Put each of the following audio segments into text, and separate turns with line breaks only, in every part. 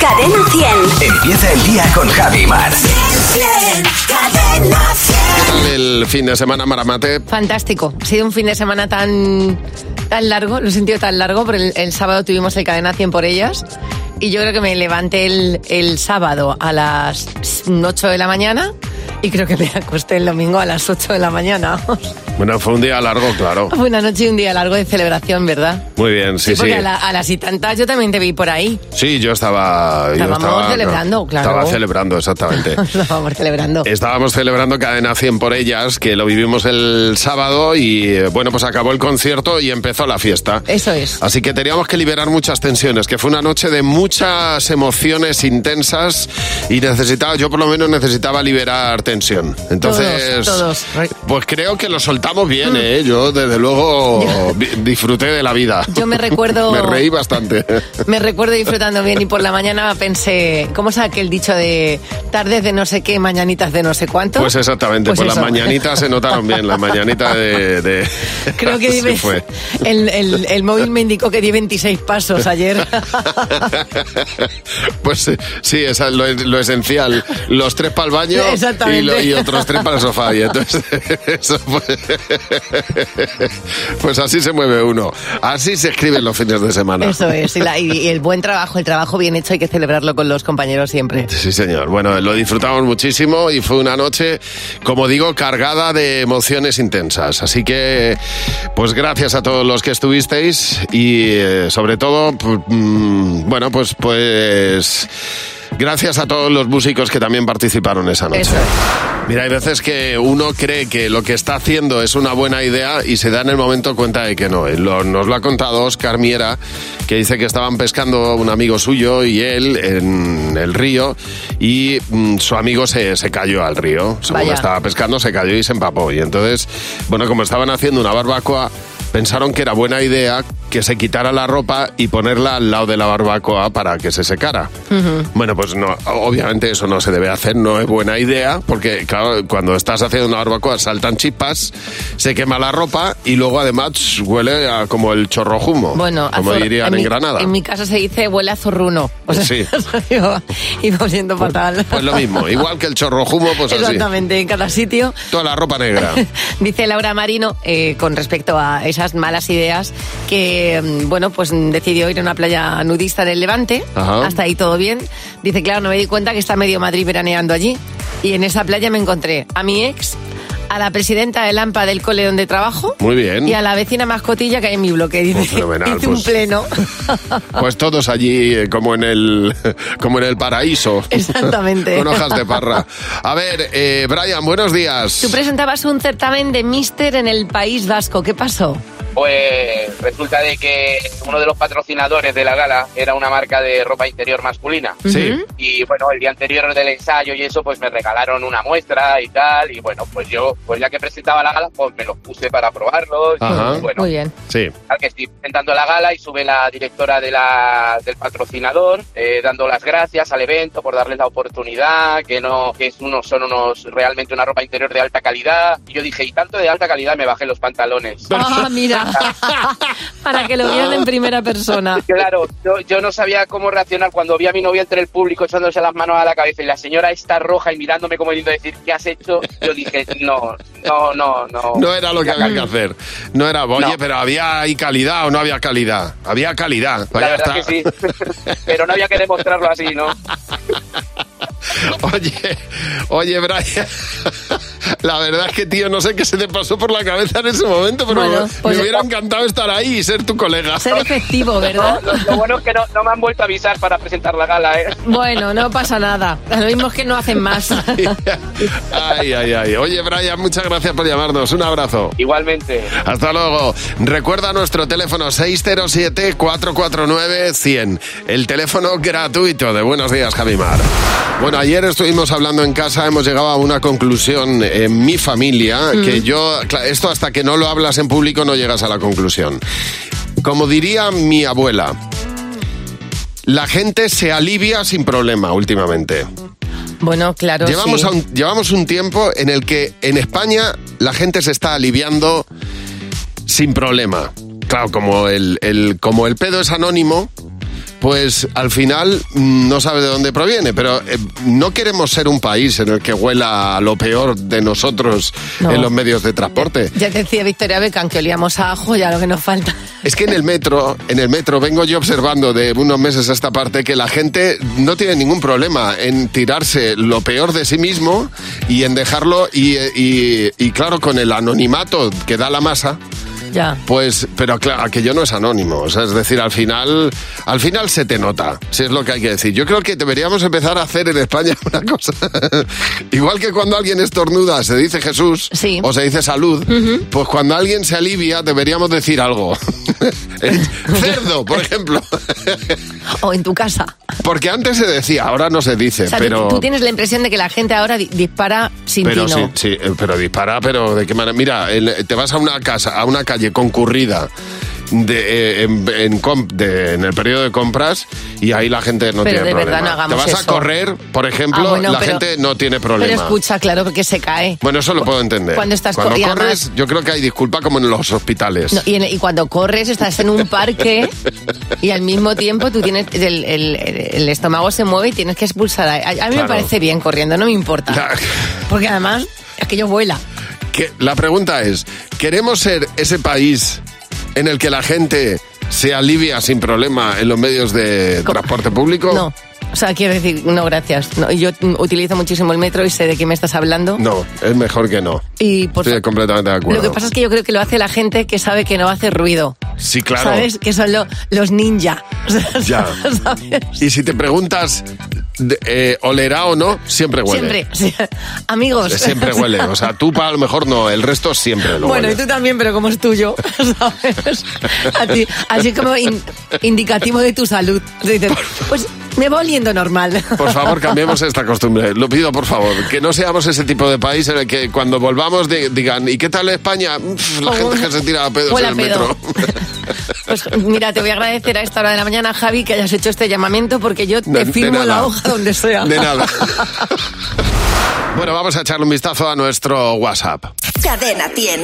Cadena 100.
Empieza el día con Javi Mar.
Cadena 100.
El fin de semana, Maramate.
Fantástico. Ha sido un fin de semana tan, tan largo, lo he sentido tan largo, pero el, el sábado tuvimos el Cadena 100 por ellas. Y yo creo que me levanté el, el sábado a las 8 de la mañana y creo que me acosté el domingo a las 8 de la mañana.
Bueno, fue un día largo, claro.
Fue una noche y un día largo de celebración, ¿verdad?
Muy bien, sí, sí.
Porque a, la- a las y tantas yo también te vi por ahí.
Sí, yo estaba... yo
Estábamos
estaba-
celebrando, claro.
Estaba celebrando, exactamente.
Lo vamos celebrando.
Estábamos celebrando Cadena 100 por ellas, que lo vivimos el sábado y, eh, bueno, pues acabó el concierto y empezó la fiesta.
Eso es.
Así que teníamos que liberar muchas tensiones, que fue una noche de muchas emociones intensas y necesitaba, yo por lo menos necesitaba liberar tensión. Entonces,
Todos, todos.
pues creo que lo soltamos bien, ¿eh? Yo desde luego vi- disfruté de la vida.
Yo me recuerdo-
me reí bastante.
Me recuerdo disfrutando bien y por la mañana pensé, ¿cómo es aquel dicho de tardes de no sé qué, mañanitas de no sé cuánto?
Pues exactamente, pues,
Pues
las
eso.
mañanitas se notaron bien, las mañanitas de... de-
Creo que
Así
di-
fue.
El, el- el móvil me indicó que di 26 pasos ayer.
pues eh, sí, esa es lo, lo esencial. Los tres para el baño y, lo-
Exactamente.
y otros tres para el sofá. Y entonces, eso fue- pues así se mueve uno. Así se escriben los fines de semana.
Eso es, y, la- y- y el buen trabajo, el trabajo bien hecho hay que celebrarlo con los compañeros siempre.
Sí, señor. Bueno, lo disfrutamos muchísimo y fue una noche, como digo, cargada de emociones intensas. Así que, pues gracias a todos los que estuvisteis y eh, sobre todo, pu- mm, bueno, pues, pues gracias a todos los músicos que también participaron esa noche.
Eso es.
Mira, hay veces que uno cree que lo que está haciendo es una buena idea y se da en el momento cuenta de que no. Eh, Lo- nos lo ha contado Oscar Miera, que dice que estaban pescando un amigo suyo y él en el río y mm, su amigo se, se cayó al río. Según
Vaya.
estaba pescando, se cayó y se empapó. Y entonces, bueno, como estaban haciendo una barbacoa, pensaron que era buena idea que se quitara la ropa y ponerla al lado de la barbacoa para que se secara. Bueno, pues no, obviamente eso no se debe hacer, no es buena idea, porque claro, cuando estás haciendo una barbacoa saltan chispas, se quema la ropa y luego además huele a como el chorrojumo,
Bueno, a
como
zor-
dirían en,
mi,
Granada.
En mi caso se dice huele a zurruno. O sea,
Sí.
yo iba siendo fatal.
Pues lo mismo, igual que el chorrojumo, pues así.
Exactamente, en cada sitio.
Toda la ropa negra.
Dice Laura Marino, eh, con respecto a esas malas ideas, que, mm, bueno, pues mm, decidió ir a una playa nudista del Levante.
Ajá.
Hasta ahí todo bien. Dice, claro, no me di cuenta que está medio Madrid veraneando allí. Y en esa playa me encontré a mi ex, a la presidenta del AMPA del cole donde trabajo.
Muy bien.
Y a la vecina mascotilla que hay en mi bloque. Dice,
Pues fenomenal,
hice
pues.
un pleno.
Pues todos allí eh, como en el como en el paraíso.
Exactamente.
Con hojas de parra. A ver, eh, Brian, buenos días.
Tú presentabas un certamen de Mister en el País Vasco. ¿Qué pasó?
Pues resulta de que uno de los patrocinadores de la gala era una marca de ropa interior masculina.
Sí.
Ujú.
Y bueno, el día anterior del ensayo y eso, pues me regalaron una muestra y tal. Y bueno, pues yo, pues ya que presentaba la gala, pues me los puse para probarlos.
Ajá.
Y bueno,
Muy bien.
¿Ah? Sí.
Tal que estoy presentando la gala y sube la directora de la- del patrocinador eh, dando las gracias al evento por darles la oportunidad, que no que es unos, son unos realmente una ropa interior de alta calidad. Y yo dije, y tanto de alta calidad me bajé los pantalones.
Ah, mira. Para que lo vieran en primera persona.
Claro, yo, yo no sabía cómo reaccionar cuando vi a mi novia entre el público echándose las manos a la cabeza y la señora está roja y mirándome como diciendo decir, ¿qué has hecho? Yo dije, no, no, no, no. Mm.
No era lo que había que hacer. No era, oye,
No.
pero había ahí calidad o no había calidad. Había calidad. Pues
La
ya
verdad que
está.
sí, pero no había que demostrarlo así, ¿no?
Oye, oye, Brian. La verdad es que, tío, no sé qué se te pasó por la cabeza en ese momento, pero
Bueno,
me-
pues-
me hubiera encantado estar ahí y ser tu colega.
Ser efectivo,
No,
¿verdad?
lo, lo bueno es que no, no me han vuelto a avisar para presentar la gala, ¿eh?
Bueno, no pasa nada. Lo mismo es que no hacen más.
Ay, ay, ay. Oye, Brian, muchas gracias por llamarnos. Un abrazo.
Igualmente.
Hasta luego. Recuerda nuestro teléfono 607-449-100. El teléfono gratuito de Buenos Días, Javimar. Bueno, ayer estuvimos hablando en casa, hemos llegado a una conclusión en mi familia, que yo, cla- esto hasta que no lo hablas en público no llegas a la conclusión. Como diría mi abuela, la gente se alivia sin problema últimamente.
Bueno, claro.
Llevamos,
sí.
a un, llevamos un tiempo en el que en España la gente se está aliviando sin problema. Claro, como el, el- como el pedo es anónimo, pues al final mm, no sabes de dónde proviene, pero eh, no queremos ser un país en el que huela a lo peor de nosotros
No.
en los medios de transporte.
Ya te decía Victoria Beckham que olíamos a ajo, ya lo que nos falta.
Es que en el metro, en el metro vengo yo observando de unos meses a esta parte que la gente no tiene ningún problema en tirarse lo peor de sí mismo y en dejarlo y, y- y claro, con el anonimato que da la masa.
Ya.
Pues, pero claro, aquello no es anónimo. O sea, es decir, al final, al final se te nota, si es lo que hay que decir. Yo creo que deberíamos empezar a hacer en España una cosa. Igual que cuando alguien estornuda se dice Jesús o se dice salud, pues cuando alguien se alivia deberíamos decir algo. Eh, Cerdo, por ejemplo.
O en tu casa.
Porque antes se decía, ahora no se dice,
O sea, tú-
pero.
tú tienes la impresión de que la gente ahora di- dispara sin
Pero
tino.
sí, sí, eh, pero dispara, pero de qué manera. Mira, el- te vas a una casa, a una calle concurrida. De, eh, en, en comp- de- en el periodo de compras y ahí la gente no
Pero
tiene
de verdad
problema.
no hagamos
Te vas a
eso.
correr, por ejemplo,
Ah, bueno,
la
pero-
gente no tiene
Pero
problema.
escucha, claro, porque se cae.
bueno, eso lo puedo entender.
cuando estás co- y
corres,
además-
yo creo que hay disculpa como en los hospitales.
No, y, en- y cuando corres estás en un parque y al mismo tiempo tú tienes el, el- el estómago se mueve y tienes que expulsar. A, a mí me
Claro.
parece bien corriendo, no me importa. Porque además aquello vuela.
Que- la pregunta es, ¿queremos ser ese país en el que la gente se alivia sin problema en los medios de transporte público?
No. O sea, quiero decir, no, gracias. No, yo mm, utilizo muchísimo el metro y sé de qué me estás hablando.
No, es mejor que no.
Y por
Estoy completamente de acuerdo.
Lo que pasa es que yo creo que lo hace la gente que sabe que no hace ruido.
Sí, claro.
¿Sabes? Que son lo- los ninja. O sea,
Ya.
¿sabes?
Y si te preguntas, de- eh, ¿olerá o no? Siempre huele. Eh,
Siempre. o sea, amigos.
Siempre huele. O sea, tú para lo mejor no, el resto siempre lo
bueno, y
huele.
tú también, pero como es tuyo, ¿sabes? A ti- así como in- indicativo de tu salud. Dices, pues me va oliendo normal.
Por favor, cambiemos esta costumbre. Lo pido, por favor. Que no seamos ese tipo de país en el que cuando volvamos de- digan, ¿y qué tal España? Uf, la
O
gente
huele-
que se tira a pedos en
Oh, huele a
el
pedo.
metro.
Pues mira, te voy a agradecer a esta hora de la mañana, Javi, que hayas hecho este llamamiento porque yo te
De- de
firmo
nada.
la hoja donde sea.
De nada. Bueno, vamos a echarle un vistazo a nuestro WhatsApp.
Cadena 100.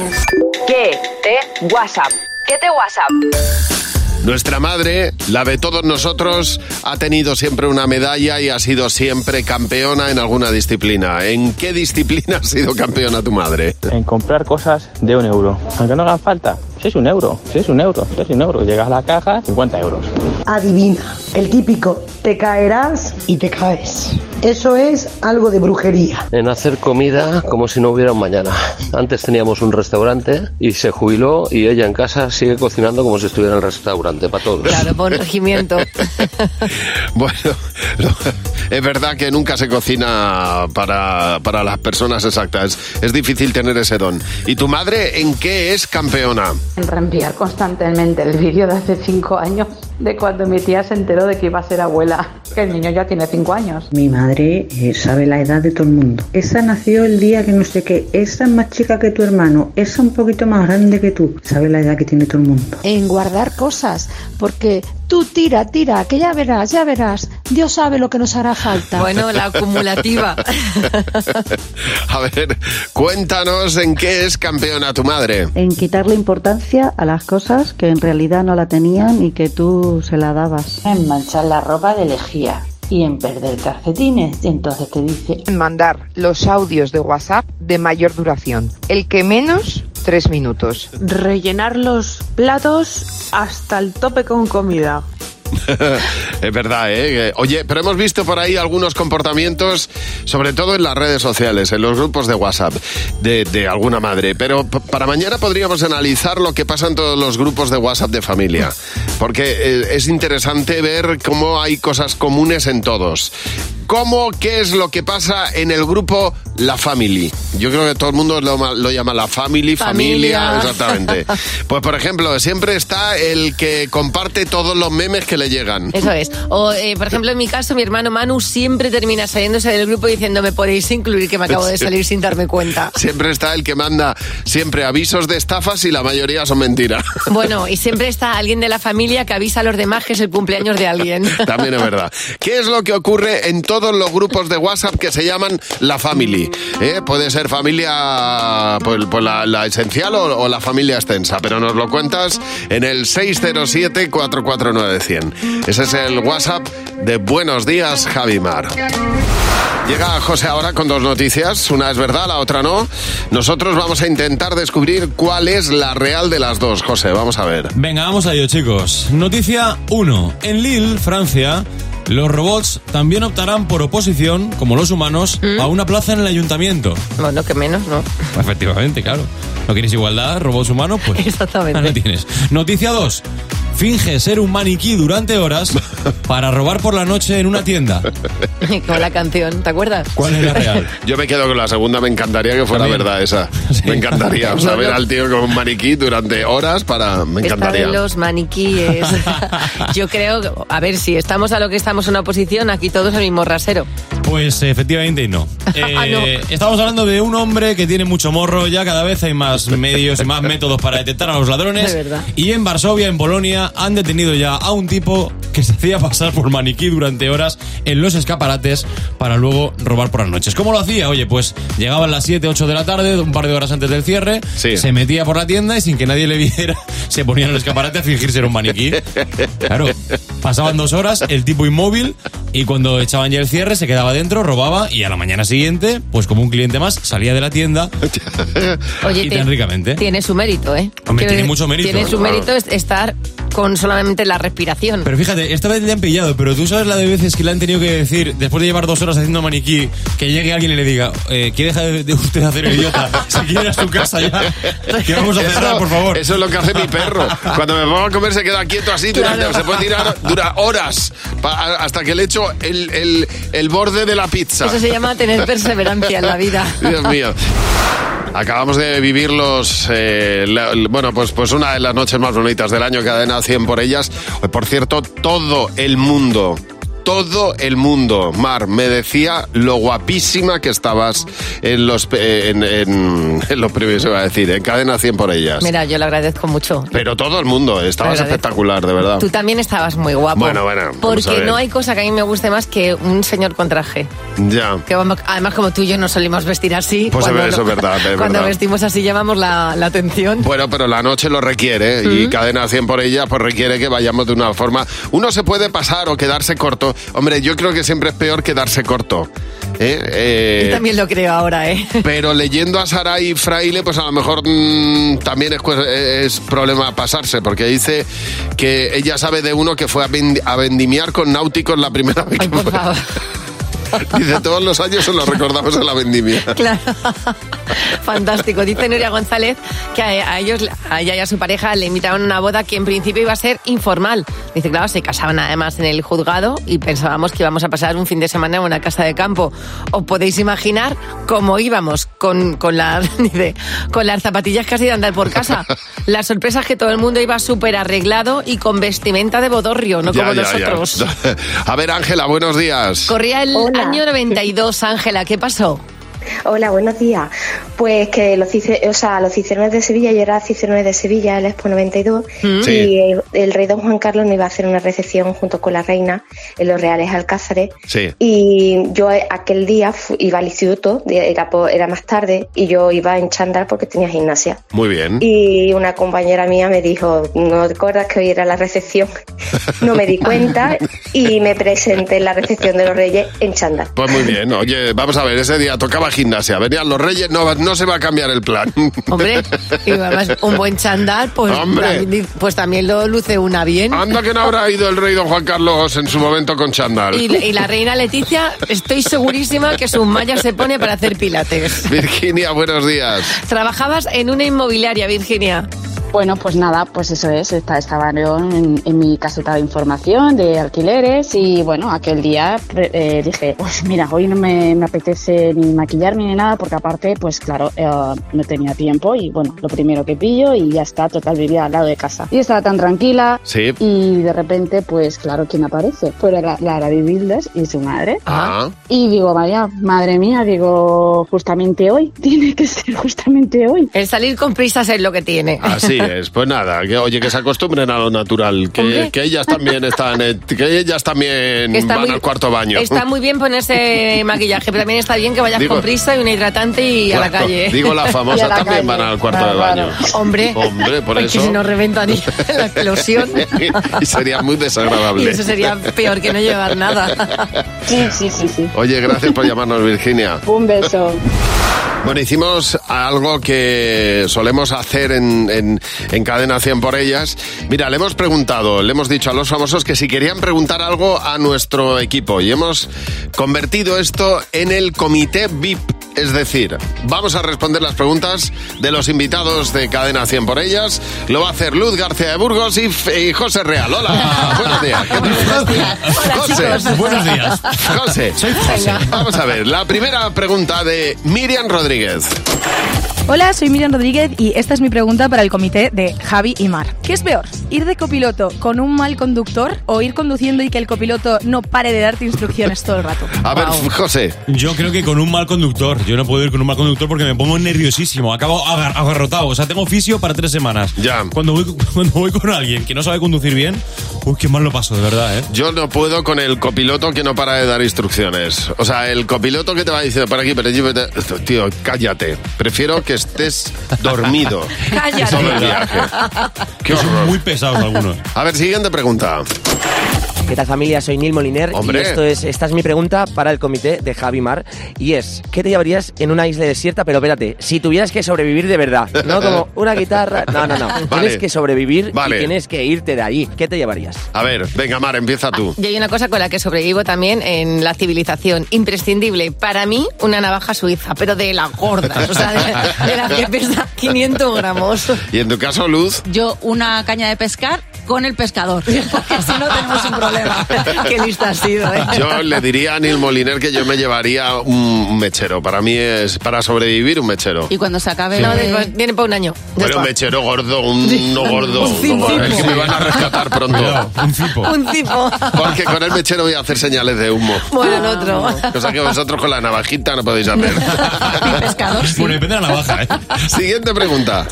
¿Qué te WhatsApp? ¿Qué te WhatsApp?
Nuestra madre, la de todos nosotros, ha tenido siempre una medalla y ha sido siempre campeona en alguna disciplina. ¿En qué disciplina ha sido campeona tu madre?
en comprar cosas de un euro. Aunque no hagan falta, si es un euro, si es un euro, si es un euro. Llegas a la caja, 50 euros.
Adivina, el típico, te caerás y te caes. Eso es algo de brujería.
en hacer comida como si no hubiera un mañana. Antes teníamos un restaurante y se jubiló y ella en casa sigue cocinando como si estuviera en el restaurante para todos.
Claro, por regimiento.
Bueno, es verdad que nunca se cocina para, para las personas exactas. Es difícil tener ese don. ¿Y tu madre en qué es campeona?
En reenviar constantemente el vídeo de hace cinco años de cuando mi tía se enteró de que iba a ser abuela, que el niño ya tiene cinco años.
Mi madre eh, sabe la edad de todo el mundo. Esa nació el día que no sé qué. Esa es más chica que tu hermano. Esa un poquito más grande que tú. Sabe la edad que tiene todo el mundo.
en guardar cosas, porque tú tira, tira, que ya verás, ya verás, Dios sabe lo que nos hará falta.
Bueno, la acumulativa.
A ver, cuéntanos en qué es campeona tu madre.
En quitarle importancia a las cosas que en realidad no la tenían y que tú se la dabas.
En manchar la ropa de lejía y en perder calcetines. Y entonces te dice... En mandar los audios de WhatsApp de mayor duración. El que menos, tres minutos.
Rellenar los platos hasta el tope con comida.
es verdad, ¿eh? Oye, pero hemos visto por ahí algunos comportamientos, sobre todo en las redes sociales, en los grupos de WhatsApp, de, de alguna madre. Pero p- para mañana podríamos analizar lo que pasa en todos los grupos de WhatsApp de familia. Porque eh, es interesante ver cómo hay cosas comunes en todos. ¿Cómo, qué es lo que pasa en el grupo La Family? Yo creo que todo el mundo lo, ma- lo llama La Family, familia,
Familia.
exactamente. Pues, por ejemplo, siempre está el que comparte todos los memes que le llegan.
Eso es. O, eh, por ejemplo, en mi caso, mi hermano Manu siempre termina saliéndose del grupo diciendo, me podéis incluir, que me acabo de
Sí.
salir sin darme cuenta.
Siempre está el que manda siempre avisos de estafas y la mayoría son mentiras.
Bueno, y siempre está alguien de la familia que avisa a los demás que es el cumpleaños de alguien.
También es verdad. ¿Qué es lo que ocurre en todos todos los grupos de WhatsApp que se llaman la family. ¿eh? Puede ser familia pues, pues la, la esencial o, o la familia extensa, pero nos lo cuentas en el 607-449-100. Ese es el WhatsApp de Buenos Días, Javimar. Llega José ahora con dos noticias, una es verdad, la otra no. Nosotros vamos a intentar descubrir cuál es la real de las dos, José, vamos a ver.
Venga, vamos a ello, chicos. Noticia 1. En Lille, Francia, los robots también optarán por oposición, como los humanos, a una plaza en el ayuntamiento.
Bueno, que menos, ¿no?
Efectivamente, claro. ¿No quieres igualdad, robots humanos? Pues
Exactamente.
Ah, no tienes. Noticia 2. Finge ser un maniquí durante horas para robar por la noche en una tienda.
Como la canción, ¿te acuerdas?
¿Cuál es la real?
Yo me quedo con la segunda, me encantaría que fuera verdad esa. Me encantaría, o sea, ver al tío con un maniquí durante horas para...
Esta
Me
de
encantaría.
los maniquíes. Yo creo, que- a ver, si estamos a lo que estamos en una oposición, aquí todos el mismo rasero.
Pues efectivamente no.
Ah,
Eh, Estamos hablando de un hombre que tiene mucho morro, ya cada vez hay más medios y más métodos para detectar a los ladrones.
De verdad.
Y en Varsovia, en Polonia, han detenido ya a un tipo que se hacía pasar por maniquí durante horas en los escaparates para luego robar por las noches. ¿Cómo lo hacía? Oye, pues llegaba a las 7, 8 de la tarde, un par de horas antes del cierre, se metía por la tienda y sin que nadie le viera, se ponía en el escaparate a fingir ser un maniquí. Claro, pasaban dos horas, el tipo inmóvil, y cuando echaban ya el cierre, se quedaba dentro, robaba, y a la mañana siguiente, pues como un cliente más, salía de la tienda
Oye,
y
te-
tan ricamente.
Tiene su mérito, ¿eh?
Hombre,
Quiero
tiene
decir,
mucho mérito.
Tiene su
Claro.
mérito es estar con solamente la respiración.
Pero fíjate, esta vez le han pillado, pero tú sabes la de veces que le han tenido que decir, después de llevar dos horas haciendo maniquí, que llegue alguien y le diga, eh, ¿quiere dejar de, de usted hacer el idiota? Si quiere ir a su casa ya, que vamos a cerrar,
Eso-
por favor.
Eso es lo que hace mi perro. Cuando me pongo a comer se queda quieto así, durante-
Claro.
se puede tirar dura horas pa- hasta que le echo el, el- el borde de la pizza.
Eso se llama tener perseverancia en la vida.
Dios mío. Acabamos de vivir los eh, la- l- bueno pues pues una de las noches más bonitas del año cadena 100 por ellas. Eh, Por cierto, todo el mundo todo el mundo, Mar, me decía lo guapísima que estabas en los eh, en, en- en los premios, iba a decir, en cadena 100 por ellas.
Mira, yo le agradezco mucho.
Pero todo el mundo, estabas
Te agradezco.
espectacular, de verdad.
Tú también estabas muy guapo.
Bueno, bueno, vamos a
Porque
ver.
no hay cosa que a mí me guste más que un señor con traje.
Ya.
Que vamos- además, como tú y yo no solimos vestir así.
Pues
cuando
eso
no-
es verdad, es
Cuando
verdad.
vestimos así llamamos la, la atención.
Bueno, pero la noche lo requiere y cadena 100 por ella pues requiere que vayamos de una forma. Uno se puede pasar o quedarse corto. Hombre, yo creo que siempre es peor quedarse corto. ¿eh? Eh,
Yo también lo creo ahora, ¿eh?
Pero leyendo a Saray Fraile, pues a lo mejor mm, también es, cue- es problema pasarse, porque dice que ella sabe de uno que fue a, vendi- a vendimiar con náuticos la primera vez que fue. Dice, todos los años se lo recordamos en la vendimia.
Claro. Fantástico. Dice Nuria González que a, a ellos, a ella y a su pareja, le invitaron a una boda que en principio iba a ser informal. Dice, claro, se casaban además en el juzgado y pensábamos que íbamos a pasar un fin de semana en una casa de campo. Os podéis imaginar cómo íbamos con, con, la- dice, con las zapatillas casi de andar por casa. La sorpresa es que todo el mundo iba súper arreglado y con vestimenta de bodorrio, no
Ya,
como
ya, ya.
nosotros.
A ver, Ángela, buenos días.
Corría el año 92, Ángela, ¿qué pasó?
Hola, buenos días. Pues que los, cice- o sea, los Cicerrones de Sevilla, yo era Cicerrones de Sevilla, el Expo 92,
Mm.
y
Sí.
el, el rey don Juan Carlos me iba a hacer una recepción junto con la reina en los Reales Alcázares.
Sí.
Y yo eh, aquel día fu- iba al instituto, de- era, po- era más tarde, y yo iba en chándal porque tenía gimnasia.
Muy bien.
Y una compañera mía me dijo, ¿no te acuerdas que hoy era la recepción? No me di cuenta y me presenté en la recepción de los reyes en chándal.
Pues muy bien, oye, vamos a ver, ese día tocaba gimnasia, venían los reyes, no, va- no se va a cambiar el plan.
Hombre, Y además, un buen chándal, pues,
Hombre.
también, pues también lo luce una bien.
Anda que no habrá ido el rey don Juan Carlos en su momento con chándal.
Y, y la reina Leticia, estoy segurísima que su malla se pone para hacer pilates.
Virginia, buenos días.
Trabajabas en una inmobiliaria, Virginia.
Bueno, pues nada, pues eso es, esta- estaba yo en, en mi caseta de información de alquileres y bueno, aquel día pre- eh, dije, pues mira, hoy no me, me apetece ni maquillarme ni nada porque aparte, pues claro, eh, no tenía tiempo y bueno, lo primero que pillo y ya está, total, vivía al lado de casa. Y estaba tan tranquila
Sí.
y de repente, pues claro, ¿quién aparece? Pues la, la Arabi Builders y su madre.
Ah.
Y digo, vaya, madre mía, digo, justamente hoy, tiene que ser justamente hoy.
El salir con prisas es lo que tiene.
Así, Pues, pues nada, que oye, que se acostumbren a lo natural, que,
Hombre.
que ellas también están, eh, que ellas también
Está
van
muy-
al cuarto baño.
Está muy bien ponerse maquillaje, pero también está bien que vayas
Digo-
con prisa y un hidratante y a la
Claro,
calle.
Digo, las
Y a
famosas
la
también
calle.
van al cuarto de
Claro,
baño.
claro. Hombre,
Hombre, por
porque
eso.
si no reventan y- la explosión.
Y sería muy desagradable.
Y eso sería peor que no llevar nada.
Sí, sí, sí, sí.
Oye, gracias por llamarnos, Virginia.
Un beso.
Bueno, hicimos algo que solemos hacer en, en, en Cadena 100 por ellas. Mira, le hemos preguntado, le hemos dicho a los famosos que si querían preguntar algo a nuestro equipo y hemos convertido esto en el comité VIP. Es decir, vamos a responder las preguntas de los invitados de Cadena 100 por ellas. Lo va a hacer Luz García de Burgos y, F- y José Real. Hola, buenos días. ¿Qué tal? José.
Buenos días.
José,
Soy José.
Venga.
Vamos a ver, la primera pregunta de Miriam Rodríguez.
Hola, soy Miriam Rodríguez y esta es mi pregunta para el comité de Javi y Mar. ¿Qué es peor? ¿Ir de copiloto con un mal conductor o ir conduciendo y que el copiloto no pare de darte instrucciones todo el rato?
A ver, José.
Yo creo que con un mal conductor. Yo no puedo ir con un mal conductor porque me pongo nerviosísimo. Acabo agar- agarrotado. O sea, tengo oficio para tres semanas. Ya. Cuando voy, cuando voy con alguien que no sabe conducir bien, uy, qué mal lo paso, de verdad, ¿eh?
Yo no puedo con el copiloto que no para de dar instrucciones. O sea, el copiloto que te va diciendo para aquí, para allí, para allí, tío, cállate. Prefiero que estés dormido.
Cállate.
Todo el viaje. Qué horror.
Muy pesados algunos.
A ver, siguiente pregunta.
¿Qué tal familia? Soy Neil Moliner
Hombre.
y esto es, esta es mi pregunta para el comité de Javi Mar y es, ¿qué te llevarías en una isla desierta? Pero espérate, si tuvieras que sobrevivir de verdad, no
Eh.
como una guitarra, no, no, no,
Vale.
tienes que sobrevivir
Vale.
y tienes que irte de allí, ¿qué te llevarías?
A ver, venga, Mar, empieza tú.
Y hay una cosa con la que sobrevivo también en la civilización. Imprescindible. Para mí, una navaja suiza, pero de las gordas. O sea, de, de las que pesa 500 gramos.
Y en tu caso, Luz.
Yo una caña de pescar con el pescador, porque si no tenemos un problema.
Qué lista has sido, ¿eh?
Yo le diría a Neil Moliner que yo me llevaría un mechero. Para mí es para sobrevivir un mechero.
Y cuando se acabe...
No,
lo de-
después, viene para un año.
Pero un mechero gordo, un no gordo.
Un
no gordo.
cipo.
Es que me van a rescatar pronto. Un
Un tipo.
Porque con el mechero voy a hacer señales de humo.
Bueno, el otro.
Cosa que vosotros con la navajita no podéis hacer.
Bueno, depende de la navaja, ¿eh?
Siguiente pregunta.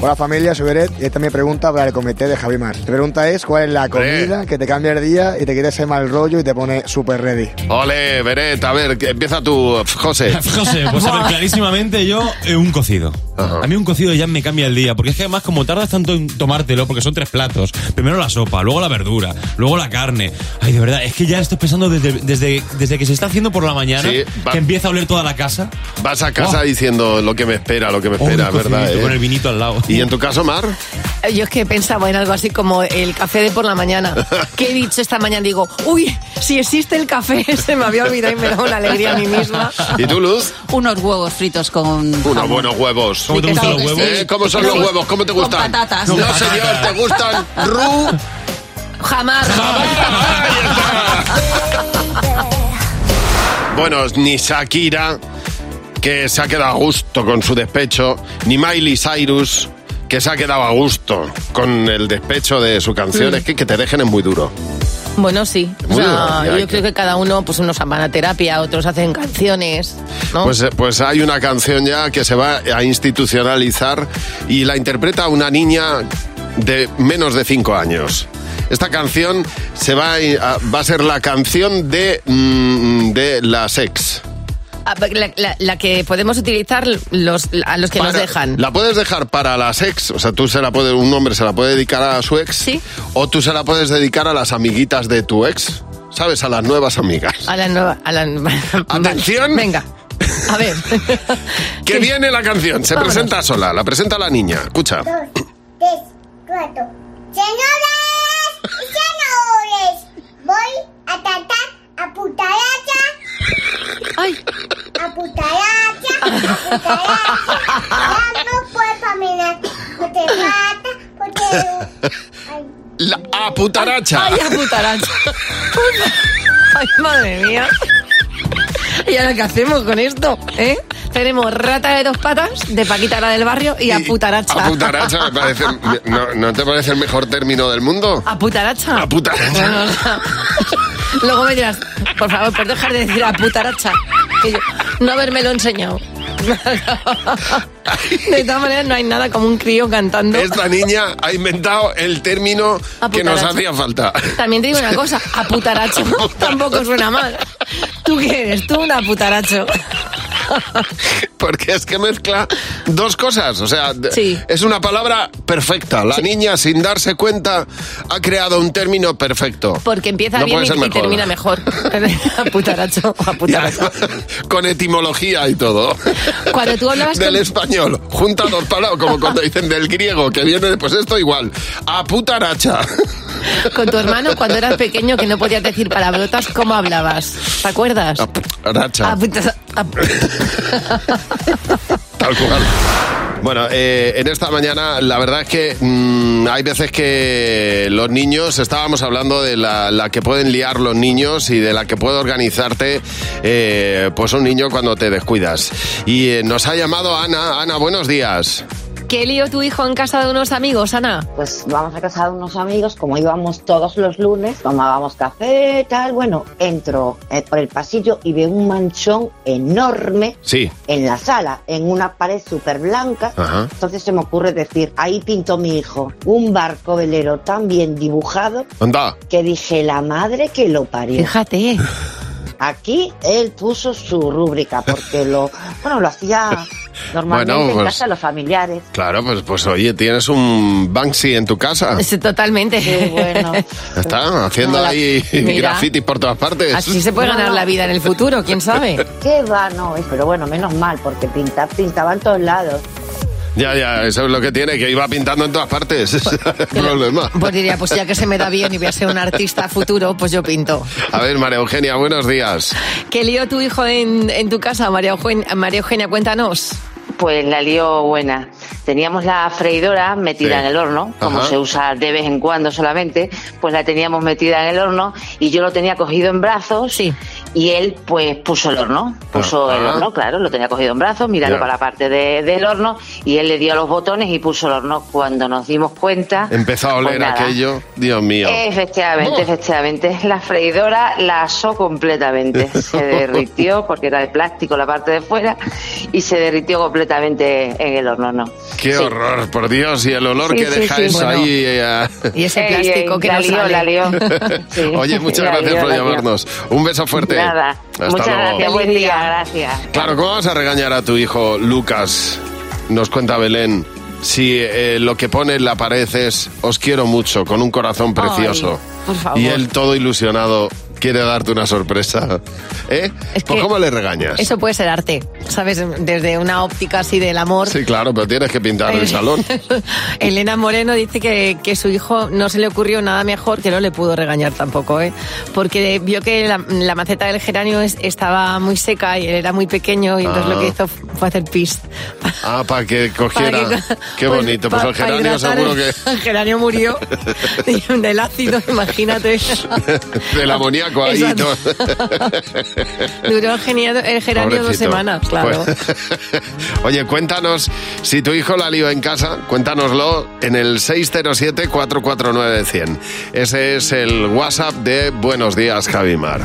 Hola familia, soy Beret y esta es mi pregunta para el comité de Javi Mar. La pregunta es, ¿cuál es la comida que te cambia el día y te quita ese mal rollo y te pone super ready?
Ole, Beret, a ver, que empieza tú, f- José.
José, pues a ver, clarísimamente yo eh, un cocido. A mí un cocido ya me cambia el día, porque es que además como tardas tanto en tomártelo, porque son tres platos, primero la sopa, luego la verdura, luego la carne. Ay, de verdad, es que ya estoy pensando desde, desde, desde que se está haciendo por la mañana,
Sí, va-
que empieza a oler toda la casa.
Vas a casa
Wow.
diciendo lo que me espera, lo que me
Oh,
espera,
un cocidito
¿verdad? eh?
Con el vinito al lado.
Y en tu caso, Mar,
Yo es que pensaba en algo así como el café de por la mañana. Que he dicho esta mañana, digo, uy, si existe el café, se me había olvidado y me da una alegría a mí misma.
¿y tú, Luz?
Unos huevos fritos con...
Unos
jamón.
buenos huevos.
¿Cómo te Sí, gustan claro los que huevos? sí.
¿Eh? ¿Cómo son los
Sí.
huevos? ¿Cómo te
Con
gustan?
patatas.
No,
Con
señor,
patatas.
¿te gustan ru?
Jamás.
Bueno, ni Shakira, que se ha quedado a gusto con su despecho, ni Miley Cyrus, que se ha quedado a gusto con el despecho de su canción.
Mm.
Es que que te dejen es muy duro.
Bueno, sí. O
Muy
sea,
bien, ya
yo creo que cada uno, pues unos van a terapia, otros hacen canciones, ¿no?
Pues, eh, pues hay una canción ya que se va a institucionalizar y la interpreta una niña de menos de 5 años. Esta canción se va a, va a ser la canción de, mm, de la sex.
Ah, la, la- la que podemos utilizar los, a los que nos dejan.
La puedes dejar para la sex, o sea, tú se la puede, un hombre se la puede dedicar a su ex, o tú se la puedes dedicar a las amiguitas de tu ex, ¿sabes? A las nuevas amigas.
A la nueva. A la,
Atención.
Venga. A ver.
Que viene la canción, se
Vámonos.
presenta sola, la presenta la niña, escucha.
tres, cuatro. ¡Señoras y señores! Voy a tratar a putaracha. ¡Ay! A putaracha, a putaracha. pues, Ya no puedo caminar. Porque pata, porque...
La aputaracha.
Ay, a putaracha. Ay, madre mía. ¿Y ahora qué hacemos con esto? ¿Eh? Tenemos rata de dos patas, de Paquita la del barrio y a putaracha.
A putaracha me parece. ¿no, no te parece el mejor término del mundo?
A putaracha.
A putaracha.
Bueno, o sea, luego me dirás, por favor, por dejar de decir a putaracha. Que yo, no habérmelo enseñado. De todas maneras, no hay nada como un crío cantando.
Esta niña ha inventado el término que nos hacía falta.
También te digo una cosa, aputaracho tampoco suena mal. ¿Tú qué eres? Tú un aputaracho.
Porque es que mezcla dos cosas. O sea, de-
Sí.
es una palabra perfecta. La niña, sin darse cuenta, ha creado un término perfecto.
Porque empieza
No
bien
puede
y,
ser
y
mejor.
termina mejor. aputaracho,
Y
aputaracho.
además, con etimología y todo.
Cuando tú hablabas
del
con-
español, junta dos palabras, como cuando dicen del griego, que viene, pues esto igual. A putaracha.
Con tu hermano, cuando eras pequeño, que no podías decir palabrotas, ¿cómo hablabas? ¿Te acuerdas?
Ah,
Ah,
Racha.
Aputa-
Tal cual. Bueno, eh, en esta mañana la verdad es que mm, hay veces que los niños, estábamos hablando de la, la que pueden liar los niños y de la que puede organizarte eh, pues un niño cuando te descuidas. Y eh, nos ha llamado Ana. Ana, buenos días.
¿Qué lío tu hijo en casa de unos amigos, Ana?
Pues vamos a casa de unos amigos, como íbamos todos los lunes, tomábamos café, tal. Bueno, entro eh, por el pasillo y veo un manchón enorme
Sí.
en la sala, en una pared súper blanca.
Ajá.
Entonces se me ocurre decir, ahí pintó mi hijo un barco velero tan bien dibujado
Anda.
que dije, la madre que lo parió.
Fíjate.
Aquí él puso su rúbrica porque lo, bueno, lo hacía normalmente
Bueno,
en
pues-
casa los familiares.
Claro, pues, pues oye, tienes un Banksy en tu casa.
Sí, Totalmente.
Qué bueno.
Está haciendo
Hola.
ahí
Mira.
grafitis por todas partes.
Así se puede ganar la vida en el
futuro, quién sabe.
Qué va, no, eh, pero bueno, menos mal, porque pinta, pintaba en todos lados.
Ya, ya, eso es lo que tiene, que iba pintando en todas partes.
Pues,
Ese es el problema.
Pues diría, pues ya que se me da bien y voy a ser un artista a futuro, pues yo pinto.
A ver, María Eugenia, buenos días.
¿Qué lío tu hijo en, en tu casa, María Eugenia? María Eugenia, cuéntanos.
Pues la lío buena. Teníamos Pues la freidora metida
Sí.
en el horno, como
Ajá.
se usa de vez en cuando solamente, pues la teníamos metida en el horno y yo lo tenía cogido en brazos y él pues puso el horno,
Ah,
puso el
Ajá.
horno, claro, lo tenía cogido en brazos, mirando
Ya.
para la parte de- del horno y él le dio a los botones y puso el horno. Cuando nos dimos cuenta...
Empezó a
pues
oler
nada. Eh,
aquello. Dios mío.
Efectivamente, efectivamente. La freidora la asó completamente. Se derritió porque era de plástico la parte de fuera y se derritió completamente en el horno, ¿no?
Qué horror, por Dios, y el olor
Sí,
que
sí,
deja
sí.
eso
Bueno.
ahí. eh, ah.
Y ese Ey, plástico ey, que la no lió, sale. la lió. Sí.
Oye, muchas
La
gracias
lió,
por
la lió.
llamarnos. Un beso fuerte.
Nada.
Hasta
Muchas
luego.
gracias, buen día, gracias.
Claro, ¿cómo vas a regañar a tu hijo Lucas? Nos cuenta Belén. Si eh, lo que pone en la pared es os quiero mucho, con un corazón precioso.
Ay, por favor.
Y él todo ilusionado quiere darte una sorpresa. ¿Eh? Pues ¿cómo le regañas?
Eso puede ser arte, ¿sabes? Desde una óptica así del amor.
Sí, claro, pero tienes que pintar el salón.
Elena Moreno dice que, que su hijo no se le ocurrió nada mejor, que no le pudo regañar tampoco, ¿eh? porque vio que la, la maceta del geranio es- estaba muy seca y él era muy pequeño y entonces
Ah.
lo que hizo fue hacer pis.
Ah, para que cogiera.
Para
Qué bonito. Pues
pa-
el
para
geranio
hidratar
seguro
el-
que...
El geranio murió del ácido, imagínate.
Del amoníaco ahí. y todo.
Duró el geranio, el geranio dos
Pobrecito.
semanas, claro.
Pues- Oye, cuéntanos, si tu hijo la lió en casa, cuéntanoslo en el 607-449-100. Ese es el WhatsApp de Buenos Días, Javimar.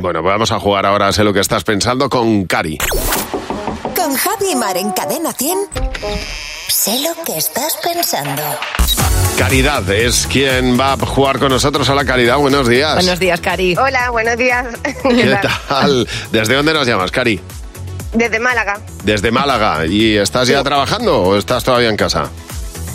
Bueno, vamos a jugar ahora, sé lo que estás pensando, con Cari.
Con Javi y Mar en Cadena 100. Sé lo que estás pensando.
Caridad es quien va a jugar con nosotros a la caridad. Buenos días.
días, Cari.
Hola, buenos días.
¿Qué tal? ¿Desde dónde nos llamas, Cari?
Desde Málaga.
Desde Málaga. ¿Y estás ya trabajando o estás todavía en casa?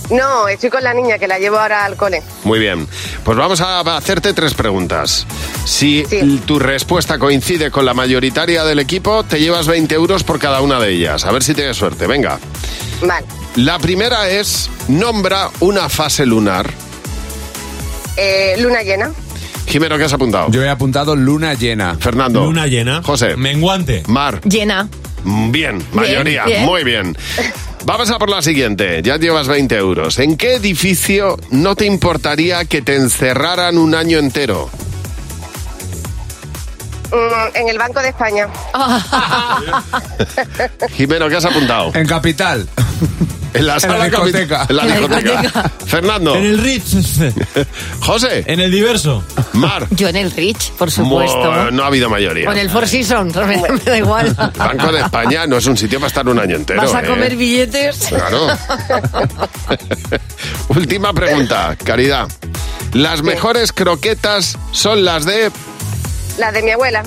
No, estoy con la niña que la llevo ahora al cole.
Muy bien, pues vamos a hacerte tres preguntas. Si l- tu respuesta coincide con la mayoritaria del equipo, te llevas 20 euros por cada una de ellas. A ver si tienes suerte, venga.
Vale.
La primera es, nombra una fase lunar.
Eh, luna llena.
Jimeno, ¿qué has apuntado? Yo he apuntado luna llena. Fernando. Luna llena. José. Menguante. Mar.
Llena.
Mm, Bien, mayoría.
bien.
Muy bien. Vamos a por la siguiente. Ya llevas 20 euros. ¿En qué edificio no te importaría que te encerraran un año entero?
Mm, en el Banco de España.
Ah.
Jimeno, ¿qué has apuntado?
En Capital.
En la
En
sala
la
capi-
discoteca.
En la
En la
discoteca.
discoteca.
Fernando. En el Ritz. José. En el diverso. Mar.
Yo en el Rich, por supuesto.
Mo- No ha habido mayoría.
Con el Four Seasons, me, me da igual.
Banco de España no es un sitio para estar un año entero.
¿Vas a
¿eh?
comer billetes?
Claro. Última pregunta, Caridad. Las mejores croquetas son las de...
La de mi abuela.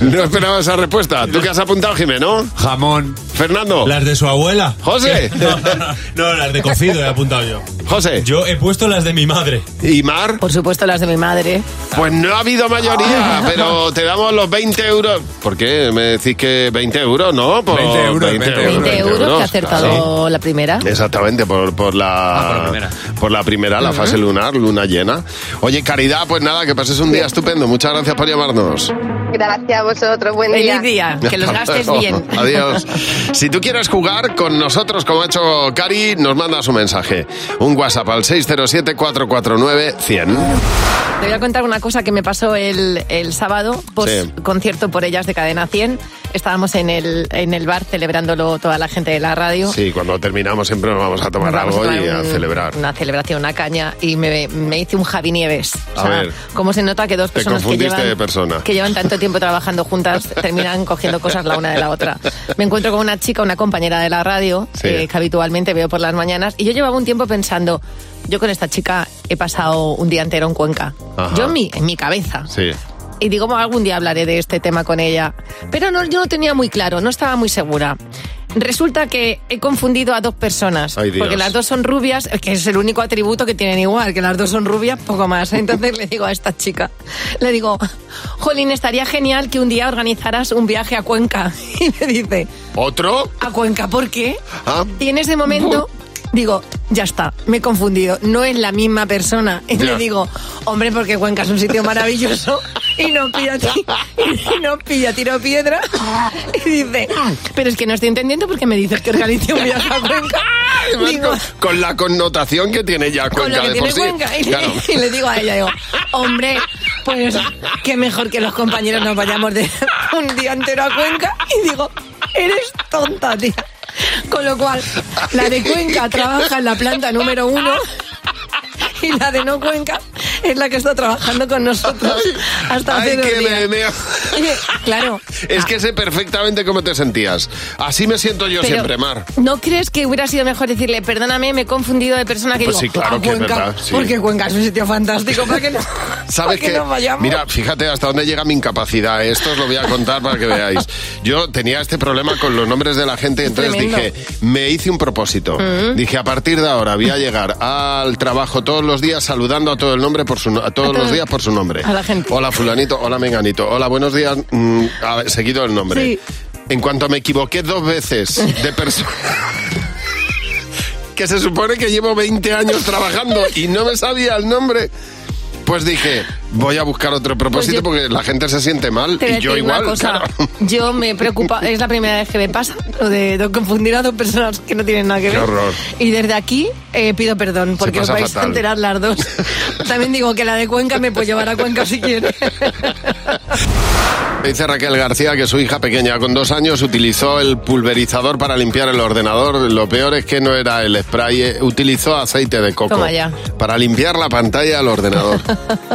No esperaba esa respuesta. ¿Tú qué has apuntado, Jimeno? Jamón. Fernando. Las de su abuela. José.
No, no, no, no, las de cocido he apuntado yo.
José.
Yo he puesto las de mi madre.
¿Y Mar?
Por supuesto, las de mi madre.
Pues no ha habido
Ah.
mayoría, pero te damos los 20 euros. ¿Por qué? Me decís que 20 euros, ¿no? Por
20 euros,
20 euros.
20 euros, que ha
claro.
acertado la primera.
Exactamente, por, por la, Ah, por la primera, la,
Ujú.
fase lunar, luna llena. Oye, Caridad, pues nada, que pases un día estupendo. Muchas gracias por llamarnos.
Gracias a vosotros, buen día.
Feliz día, que los
Hasta
gastes
luego.
bien.
Adiós. Si tú quieres jugar con nosotros, como ha hecho Cari, nos mandas un mensaje. Un WhatsApp al 607-449-100.
Te voy a contar una cosa que me pasó el, el sábado, post
Sí.
concierto por ellas de Cadena 100. Estábamos en el, en el bar celebrándolo toda la gente de la radio.
Sí, cuando terminamos siempre nos vamos a tomar
Vamos
algo
tomar
y a
un-
celebrar.
Una celebración, una caña, y me, me hice un Javi Nieves.
A ver.
cómo se nota que dos
Te
personas que
confundiste
llevan,
de persona.
que llevan tanto tiempo trabajando juntas terminan cogiendo cosas la una de la otra. Me encuentro con una chica, una compañera de la radio,
Sí.
eh, que habitualmente veo por las mañanas, y yo llevaba un tiempo pensando, yo con esta chica he pasado un día entero en Cuenca.
Ajá.
Yo en mi, en mi cabeza.
Sí.
Y digo, "Bueno, algún día hablaré de este tema con ella. Pero no, yo no tenía muy claro, no estaba muy segura. Resulta que he confundido a dos personas.
Ay, Dios.
porque las dos son rubias, que es el único atributo que tienen igual, que las dos son rubias, poco más. Entonces le digo a esta chica, le digo, Jolín, estaría genial que un día organizaras un viaje a Cuenca. Y me dice,
¿Otro?
¿a Cuenca por qué?
Ah.
Y en ese momento digo, ya está, me he confundido, no es la misma persona. Y
Ya.
le digo, hombre, porque Cuenca es un sitio maravilloso y no pilla, ti- y no pilla tiro piedra. Y dice, pero es que no estoy entendiendo porque me dices que organice un viaje a Cuenca.
Además,
Digo,
con, con la connotación que tiene ya
con
Cuenca
lo que
de por
tiene
sí.
Cuenca. Y, le-
Claro.
y le digo a ella, digo, hombre, pues qué mejor que los compañeros nos vayamos de un día entero a Cuenca. Y digo, eres tonta, tía. Con lo cual, la de Cuenca trabaja en la planta número uno y la de no Cuenca es la que está trabajando con nosotros hasta hace
Ay,
dos
que
días.
me meo.
Oye, claro.
Es que sé perfectamente cómo te sentías. Así me siento yo
Pero-
siempre, Mar.
¿No crees que hubiera sido mejor decirle, perdóname, me he confundido de persona que
Pues
digo,
sí, claro
"Ah,
que es
Cuenca",
verdad, sí.
Porque Cuenca es un sitio fantástico, ¿para que no? ¿Para
¿Sabes
qué
qué?
nos vayamos?
Mira, fíjate hasta dónde llega mi incapacidad. Esto os lo voy a contar para que veáis. Yo tenía este problema con los nombres de la gente y entonces
tremendo.
dije, me hice un propósito.
Mm.
Dije, a partir de ahora voy a llegar al trabajo todos los días saludando a todo el nombre por su no- a todos los días por su nombre.
a la gente.
Hola fulanito, hola menganito, hola buenos días, mm, a ver, seguido el nombre.
Sí.
En cuanto me equivoqué dos veces de persona que se supone que llevo 20 años trabajando y no me sabía el nombre. Pues dije, voy a buscar otro propósito porque la gente se siente
Pues
mal
Te voy a
y yo
decir una
igual.
cosa.
claro.
Yo me preocupa, es la primera vez que me pasa lo de, de confundir a dos personas que no tienen nada que
Qué
ver.
horror.
Y desde aquí eh, pido perdón porque os
pasa
vais a
fatal.
enterar las dos. También digo que la de Cuenca me puede llevar a Cuenca si quiere.
Me Dice Raquel García que su hija pequeña con dos años utilizó el pulverizador para limpiar el ordenador. Lo peor es que no era el spray, eh, utilizó aceite de coco
Toma ya.
para limpiar la pantalla del ordenador.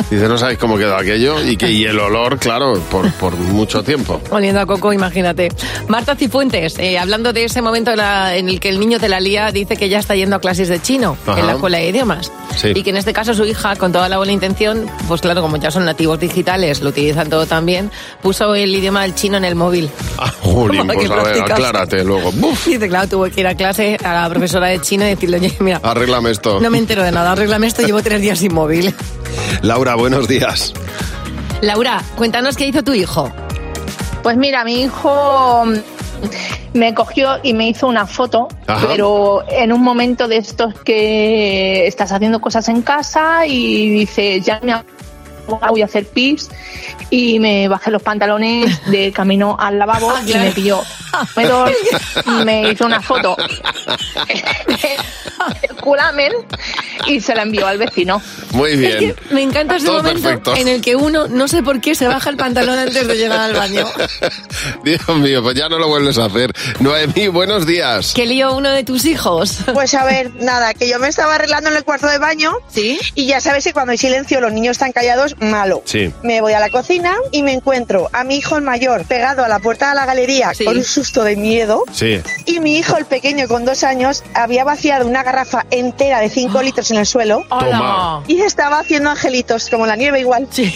Dice, no sabéis cómo quedó aquello y, que, y el olor, claro, por, por mucho tiempo.
Oliendo a Coco, imagínate. Marta Cifuentes, eh, hablando de ese momento en, la- en el que el niño te la lía, dice que ya está yendo a clases de chino
Ajá.
en la escuela de idiomas.
Sí.
Y que en este caso su hija, con toda la buena intención, pues claro, como ya son nativos digitales, lo utilizan todo también, puso el idioma del chino en el móvil.
Ah, Jolín,
Toma,
pues
que
a ver,
practicas.
aclárate luego. Buf,
Dice, claro, tuvo que ir a clase a la profesora de chino y decirle, oye,
Ah,
mira,
arréglame esto.
no me entero de nada, arréglame esto, llevo tres días sin móvil.
Laura, buenos días.
Laura, cuéntanos qué hizo tu hijo.
Pues mira, mi hijo mm, me cogió y me hizo una foto,
Ajá.
pero en un momento de estos que estás haciendo cosas en casa y dice, ya me hago- voy a
Ah,
hacer pis y me bajé los pantalones de camino al lavabo y me pilló comedor, me hizo una foto culamen y se la envió al vecino.
Muy bien.
Me encanta ese
Todo
momento
perfecto.
en el que uno, no sé por qué, se baja el pantalón antes de llegar al baño.
Dios mío, pues ya no lo vuelves a hacer. Noemí, buenos días.
¿Qué lío uno de tus hijos?
Pues a ver, nada, que yo me estaba arreglando en el cuarto de baño. Sí. Y ya sabes que cuando hay silencio los niños están callados, malo.
Sí.
Me voy a la cocina y me encuentro a mi hijo el mayor pegado a la puerta de la galería con un susto de miedo.
Sí.
Y mi hijo el pequeño con dos años había vaciado una garrafa entera de 5 litros en el suelo.
Toma.
Y estaba haciendo angelitos, como la nieve igual. Sí,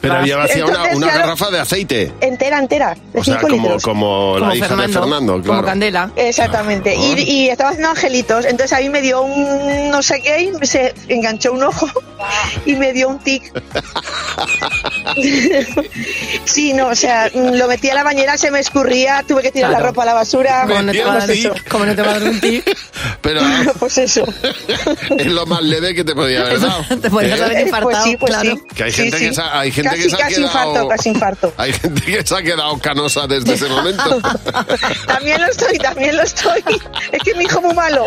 Pero había vaciado una, una garrafa de aceite.
Entera, entera, de
O sea,
5
como,
litros.
como la hija de Fernando, claro.
Exactamente. Y, y estaba haciendo angelitos. Entonces a mí me dio un no sé qué y se enganchó un ojo y me dio un tic. sí, no, o sea, lo metí a la bañera, se me escurría, tuve que tirar
Claro.
la ropa a la basura.
¿Cómo no te va a dar
Pues eso.
un tic? ¿Cómo no te va a dar un tic?
Pero ah,
pues eso.
es lo más leve que te podía haber dado.
Te podías
¿Eh?
haber infartado,
Pues sí, pues
claro.
sí.
Que hay
Sí,
gente
sí.
que se ha- hay gente
casi,
que se ha
casi
quedado-
infarto, casi infarto.
Hay gente que se ha quedado canosa desde ese momento.
también lo estoy, también lo estoy. Es que mi hijo muy malo.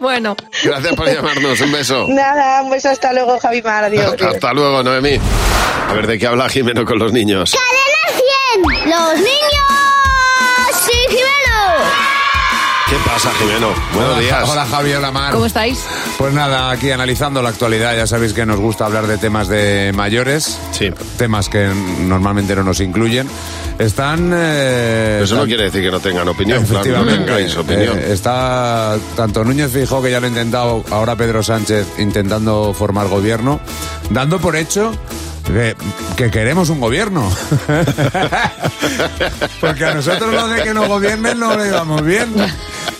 Bueno.
Gracias por llamarnos. Un beso.
Nada, un beso, hasta luego, Javimar, adiós.
Hasta luego, Noemí. A ver, ¿de qué habla Jimeno con los niños?
¡Cadena 100! ¡Los niños! ¡Sí,
¿Qué pasa, Jimeno? Buenos
Hola,
días.
Ja- Hola, Javier Lamar.
¿Cómo estáis?
Pues nada, aquí analizando la actualidad, ya sabéis que nos gusta hablar de temas de mayores.
Sí.
Temas que normalmente no nos incluyen. Están... eh,
Eso no
tan-
quiere decir que no tengan opinión. Claro, no
Efectivamente.
tengáis opinión.
Eh, está tanto Núñez Fijó, que ya lo ha intentado, ahora Pedro Sánchez intentando formar gobierno, dando por hecho que, que queremos un gobierno. Porque a nosotros lo de que nos gobiernen no lo llevamos bien.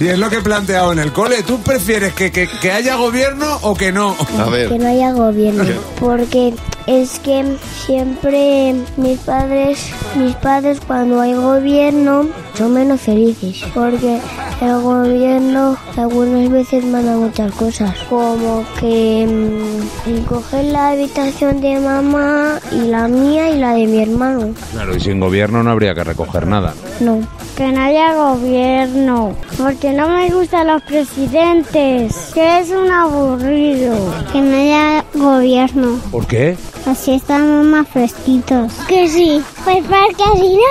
Y es lo que he planteado en el cole. ¿Tú prefieres que, que- que haya gobierno o que no?
Que no haya gobierno.
¿Qué?
Porque es que siempre mis padres, mis padres cuando hay gobierno son menos felices. Porque el gobierno algunas veces manda muchas cosas. Como que mm, coger la habitación de mamá y la mía y la de mi hermano.
Claro, y sin gobierno no habría que recoger nada.
No. Que no haya gobierno, porque no me gustan los presidentes, que es un aburrido. Que no haya gobierno,
¿Por qué?
así estamos más fresquitos. Que sí, pues porque así no,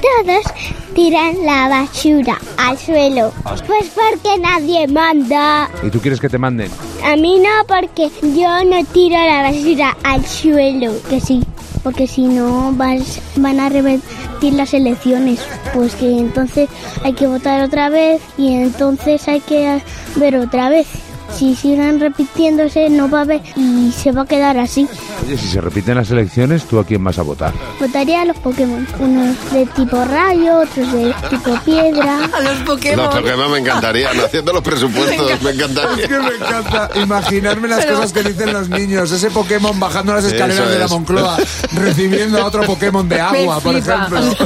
todos tiran la basura al suelo. Pues porque nadie manda.
¿Y tú quieres que te manden?
A mí no, porque yo no tiro la basura al suelo. Que sí, porque si no vas- van a revertir las elecciones. Pues que entonces hay que votar otra vez y entonces hay que ver otra vez. Si siguen repitiéndose no va a haber y se va a quedar así.
Oye, si se repiten las elecciones, ¿tú a quién vas a votar?
Votaría a los Pokémon. Unos de tipo rayo, otros de tipo piedra.
A los
Los Pokémon me encantarían. Haciendo los presupuestos, me encantaría.
Es que me encanta imaginarme las
Pero-
cosas que dicen los niños. Ese Pokémon bajando las escaleras
Eso
de la
es.
Moncloa, recibiendo a otro Pokémon de agua, por
flipa.
ejemplo.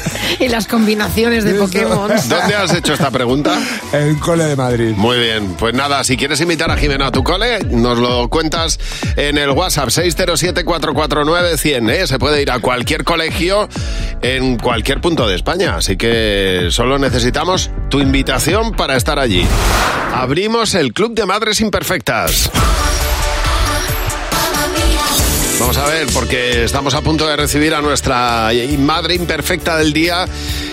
Y las combinaciones de Pokémon.
¿Dónde has hecho esta pregunta?
En Cole de Madrid.
Muy bien, pues nada, si quieres invitar a Jimeno a tu cole, nos lo cuentas en el WhatsApp 607-449-100. ¿eh? Se puede ir a cualquier colegio en cualquier punto de España, así que solo necesitamos tu invitación para estar allí. Abrimos el Club de Madres Imperfectas. Vamos a ver, porque estamos a punto de recibir a nuestra madre imperfecta del día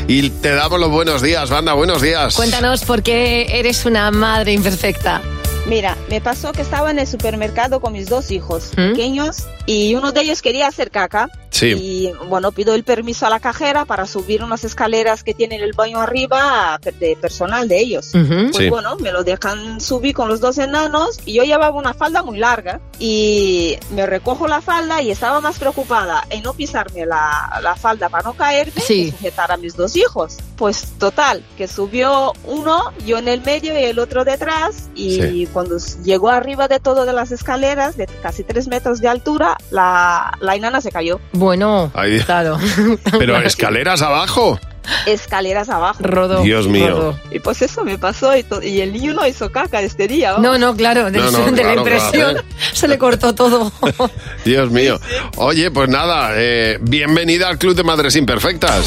y te damos los buenos días, banda, buenos días.
Cuéntanos por qué eres una madre imperfecta.
Mira, me pasó que estaba en el supermercado con mis dos hijos
¿Mm?
pequeños y uno de ellos quería hacer caca.
Sí.
Y bueno, pido el permiso a la cajera para subir unas escaleras que tienen el baño arriba de personal de ellos.
Ujú.
Pues
Sí.
bueno, me lo dejan subir con los dos enanos y yo llevaba una falda muy larga y me recojo la falda y estaba más preocupada en no pisarme la, la falda para no caerme que sujetar a mis dos hijos. Pues total, que subió uno, yo en el medio y el otro detrás y
Sí.
cuando s- llegó arriba de todo de las escaleras de casi tres metros de altura, la, la enana se cayó.
Bueno,
Ay, Dios.
claro.
Pero escaleras abajo.
Escaleras abajo.
Rodo.
Dios mío. Rodo.
Y pues eso me pasó y, to- y el niño no hizo caca este día.
No, no, claro, de,
No, no,
de la
claro,
impresión
claro,
se le cortó todo.
Dios mío. Oye, pues nada, eh, bienvenida al Club de Madres Imperfectas.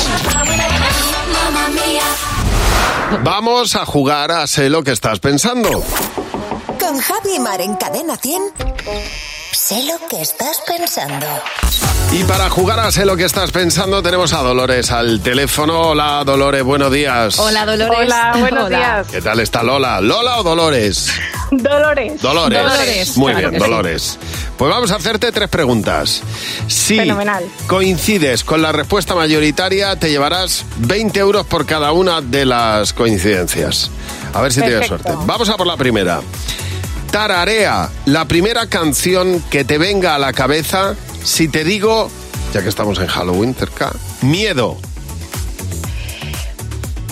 Vamos a jugar a sé lo que estás pensando.
Con Javi y Mar en Cadena 100. Sé lo que estás pensando.
Y para jugar a sé lo que estás pensando tenemos a Dolores al teléfono. Hola Dolores, buenos días.
Hola, Dolores. Hola, buenos días.
¿Qué tal está Lola? ¿Lola o Dolores?
Dolores.
Dolores.
Dolores,
Muy
claro
bien,
que sí.
Dolores. Pues vamos a hacerte tres preguntas. Si
Fenomenal.
coincides con la respuesta mayoritaria, te llevarás 20 euros por cada una de las coincidencias. A ver si tienes
Perfecto.
suerte. Vamos a por la primera. Tararea, la primera canción que te venga a la cabeza si te digo, ya que estamos en Halloween cerca, miedo.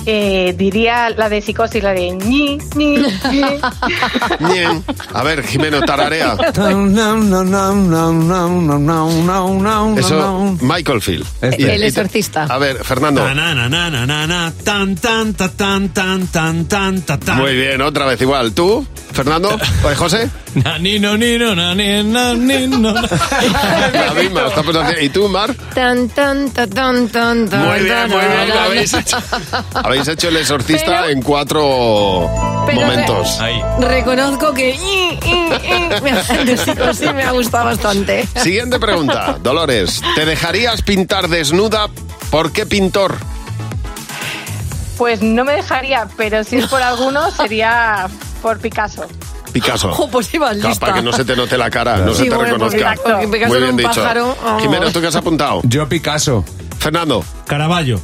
Eh, diría la de psicosis, la de ñi, ñi, ñi.
Bien. A ver, Jimeno, tararea. Eso, Michael Field. Y- y
El
te-
exorcista.
A ver, Fernando.
tan tan ta, tan tan tan tan ta, tan.
Muy bien, otra vez igual. ¿Tú, Fernando? Oye, José?
Na, ni, no, ni, no, na, ni, na, ni, no, na.
La misma, está pensando así. ¿Y tú, Mar?
Tan, tan, ta, tan, tan, tan,
Muy bien,
tan,
muy bien,
tan,
lo habéis hecho. Habéis hecho el exorcista en cuatro
pero-
momentos.
Reconozco que me ha- de psicosis me ha gustado bastante.
Siguiente pregunta, Dolores. ¿Te dejarías pintar desnuda? ¿Por qué pintor?
Pues no me dejaría, pero si es por alguno sería por Picasso.
Picasso.
Jo, pues ibas
Claro,
lista.
Para que no se te note la cara, no
Sí,
se te
bueno, porque
reconozca.
Picasso- porque Picasso
Muy
era
bien
un
dicho.
pájaro, vamos.
Jimeno, ¿tú qué has apuntado?
Yo Picasso.
Fernando.
Caraballo.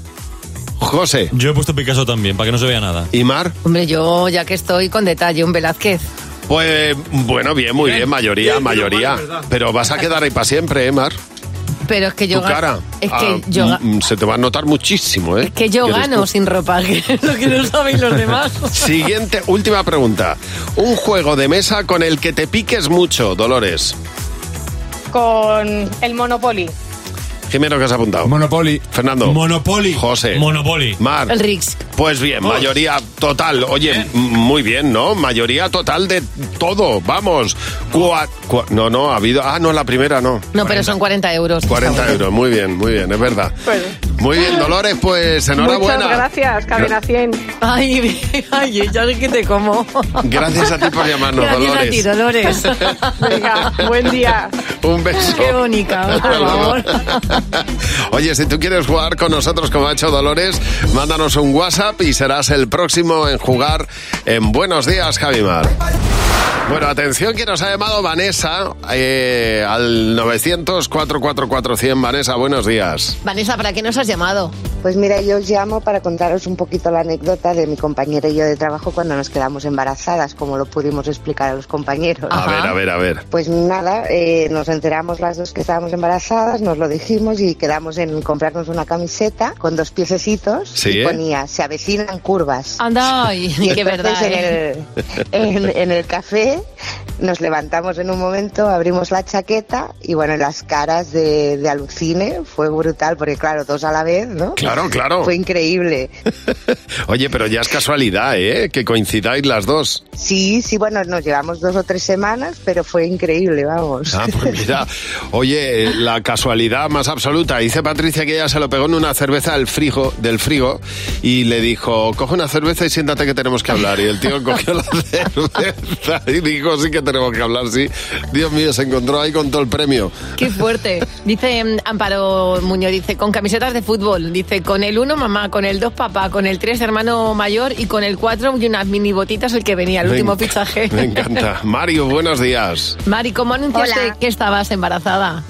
José.
Yo he puesto Picasso también, para que no se vea nada.
¿Y Mar?
Hombre, yo ya que estoy con detalle, un Velázquez.
Pues bueno, bien, muy bien, mayoría, mayoría. Pero vas a quedar ahí para siempre, ¿eh, Mar?
Pero es que yo
tu
ga-
cara.
Es que
Ah,
yo ga-
mm, mm, Se te va a notar muchísimo, ¿eh?
que yo
Que eres
gano
tú.
sin ropa, que es lo que no saben los demás.
Siguiente, última pregunta. Un juego de mesa con el que te piques mucho, Dolores.
Con el Monopoly.
Jimeno, ¿qué has apuntado? Monopoly. Fernando. Monopoly. José. Monopoly. Mar.
El Rix.
Pues bien, mayoría total. Oye, m- muy bien, ¿no? Mayoría total de todo. Vamos. Cua- cua- no, no, ha habido. Ah, no, la primera no.
No, pero son 40 euros.
40 euros, muy bien, muy bien, es verdad. Muy bien, Dolores, pues enhorabuena.
Muchas gracias, Cabina 100.
Ay, ay, ya sé que te como.
Gracias a ti por llamarnos,
Gracias a ti, Dolores.
Venga, buen día.
Un beso.
Qué bonita, por favor.
Oye, si tú quieres jugar con nosotros como ha hecho Dolores, mándanos un WhatsApp y serás el próximo en jugar en Buenos Días, Javimar. Bueno, atención que nos ha llamado Vanessa eh, al 900-444-100. Vanessa, buenos días.
Vanessa, ¿para qué nos has llamado?
Pues mira, yo os llamo para contaros un poquito la anécdota de mi compañera y yo de trabajo cuando nos quedamos embarazadas, como lo pudimos explicar a los compañeros.
A ver, a ver, a ver.
Pues nada, eh, nos enteramos las dos que estábamos embarazadas, nos lo dijimos y quedamos en comprarnos una camiseta con dos piececitos
Sí,
y
¿eh?
ponía, se avecinan curvas.
Anda, ay,
Y
qué verdad.
entonces en
¿eh?
el- en- en el café nos levantamos en un momento, abrimos la chaqueta y bueno, las caras de, de alucine fue brutal porque claro, dos a la vez, ¿no?
Claro, claro.
Fue increíble.
Oye, pero ya es casualidad, ¿eh? Que coincidáis las dos.
Sí, sí, bueno, nos llevamos dos o tres semanas, pero fue increíble, vamos.
Ah, pues mira, oye, eh, la casualidad más absoluta. Dice Patricia que ella se lo pegó en una cerveza del frigo, del frigo y le dijo, coge una cerveza y siéntate que tenemos que hablar. Y el tío cogió la cerveza y dijo, sí que tenemos que hablar, sí. Dios mío, se encontró ahí con todo el premio.
Qué fuerte. Dice mm, Amparo Muñoz, dice, con camisetas de fútbol. Dice, con el 1 mamá, con el 2 papá, con el 3 hermano mayor y con el 4 y unas mini botitas el que venía, el
Me
último
enc-
fichaje.
Me encanta. Mario, buenos días.
Mari, ¿cómo anunciaste
Hola.
que estabas embarazada?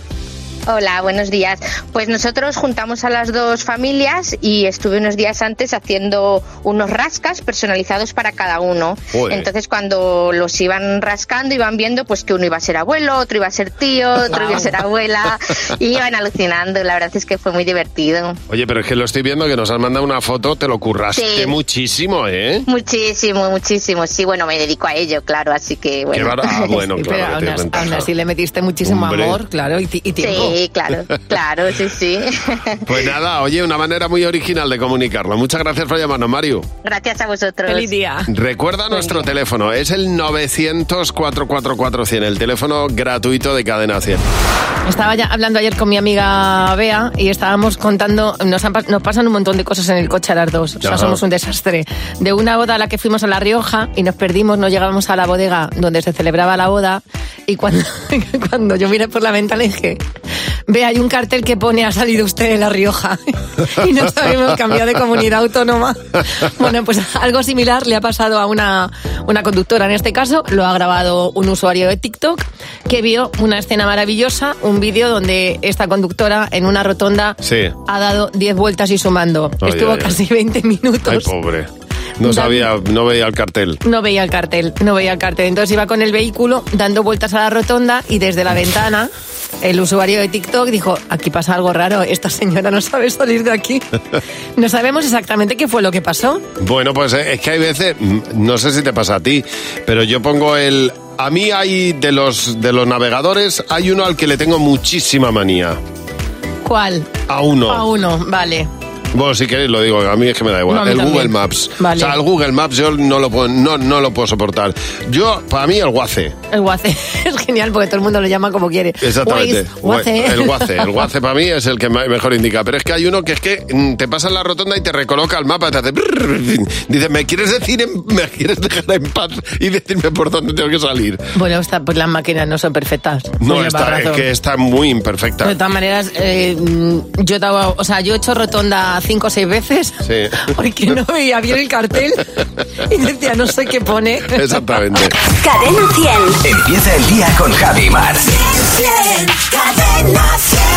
Hola, buenos días. Pues nosotros juntamos a las dos familias y estuve unos días antes haciendo unos rascas personalizados para cada uno.
Joder.
Entonces cuando los iban rascando iban viendo pues que uno iba a ser abuelo, otro iba a ser tío, otro iba a ser abuela y iban alucinando. La verdad es que fue muy divertido.
Oye, pero es que lo estoy viendo que nos han mandado una foto, te lo curraste
Sí.
muchísimo, ¿eh?
Muchísimo, muchísimo. Sí, bueno, me dedico a ello, claro, así que bueno.
bar- ah, bueno,
Sí, pero
claro que
aún,
tienes
as- aún
ventaja.
así le metiste muchísimo
Hombre.
amor, claro, y, ti- y tiempo.
Sí, claro, claro, sí, sí.
Pues nada, oye, una manera muy original de comunicarlo. Muchas gracias por llamarnos, Mario.
Gracias a vosotros. Feliz
día.
Recuerda nuestro teléfono, es el 900-444-100, el teléfono gratuito de Cadena 100.
Estaba ya hablando ayer con mi amiga Bea y estábamos contando, nos, han pas- nos pasan un montón de cosas en el coche a las dos, o sea,
Ajá.
somos un desastre. De una boda a la que fuimos a La Rioja y nos perdimos, no llegábamos a la bodega donde se celebraba la boda y cuando, cuando yo miré por la ventana dije, ve, hay un cartel que pone ha salido usted de La Rioja y nos habíamos cambiado de comunidad autónoma. Bueno, pues algo similar le ha pasado a una, una conductora. En este caso, lo ha grabado un usuario de TikTok que vio una escena maravillosa, un vídeo donde esta conductora en una rotonda
Sí.
ha dado 10 vueltas y sumando.
Ay,
Estuvo
ay, ay.
casi 20 minutos.
Ay, pobre. No sabía, no veía el cartel.
No veía el cartel, no veía el cartel. Entonces iba con el vehículo dando vueltas a la rotonda y desde la ventana el usuario de TikTok dijo, aquí pasa algo raro, esta señora no sabe salir de aquí. No sabemos exactamente qué fue lo que pasó.
Bueno, pues eh, es que hay veces, mm, no sé si te pasa a ti, pero yo pongo el... A mí hay, de los, de los navegadores, hay uno al que le tengo muchísima manía.
¿Cuál?
A uno.
A uno, vale.
Bueno, si queréis lo digo, a mí es que me da igual.
No, a mí
el
también.
Google Maps.
Vale.
O sea, el Google Maps yo no lo puedo, no, no lo puedo soportar. Yo, para mí, el guace.
El guace es genial porque todo el mundo lo llama como quiere.
Exactamente.
Waze, guace.
El guace. El guace para mí es el que ma- mejor indica. Pero es que hay uno que es que mm, te pasa en la rotonda y te recoloca el mapa, te hace... brrr, Dice, ¿me quieres decir, en- me quieres dejar en paz y decirme por dónde tengo que salir?
Bueno, está, pues las máquinas no son perfectas.
No,
Lleva
está, es
razón.
que está muy
De
imperfecta.
todas maneras, eh, mm, yo, he dado- o sea, yo he hecho rotonda cinco o seis veces
Sí.
porque no veía bien el cartel y decía, no sé qué pone.
Exactamente.
Cadena 100.
Empieza el día con Javi Mar.
Cadena 100.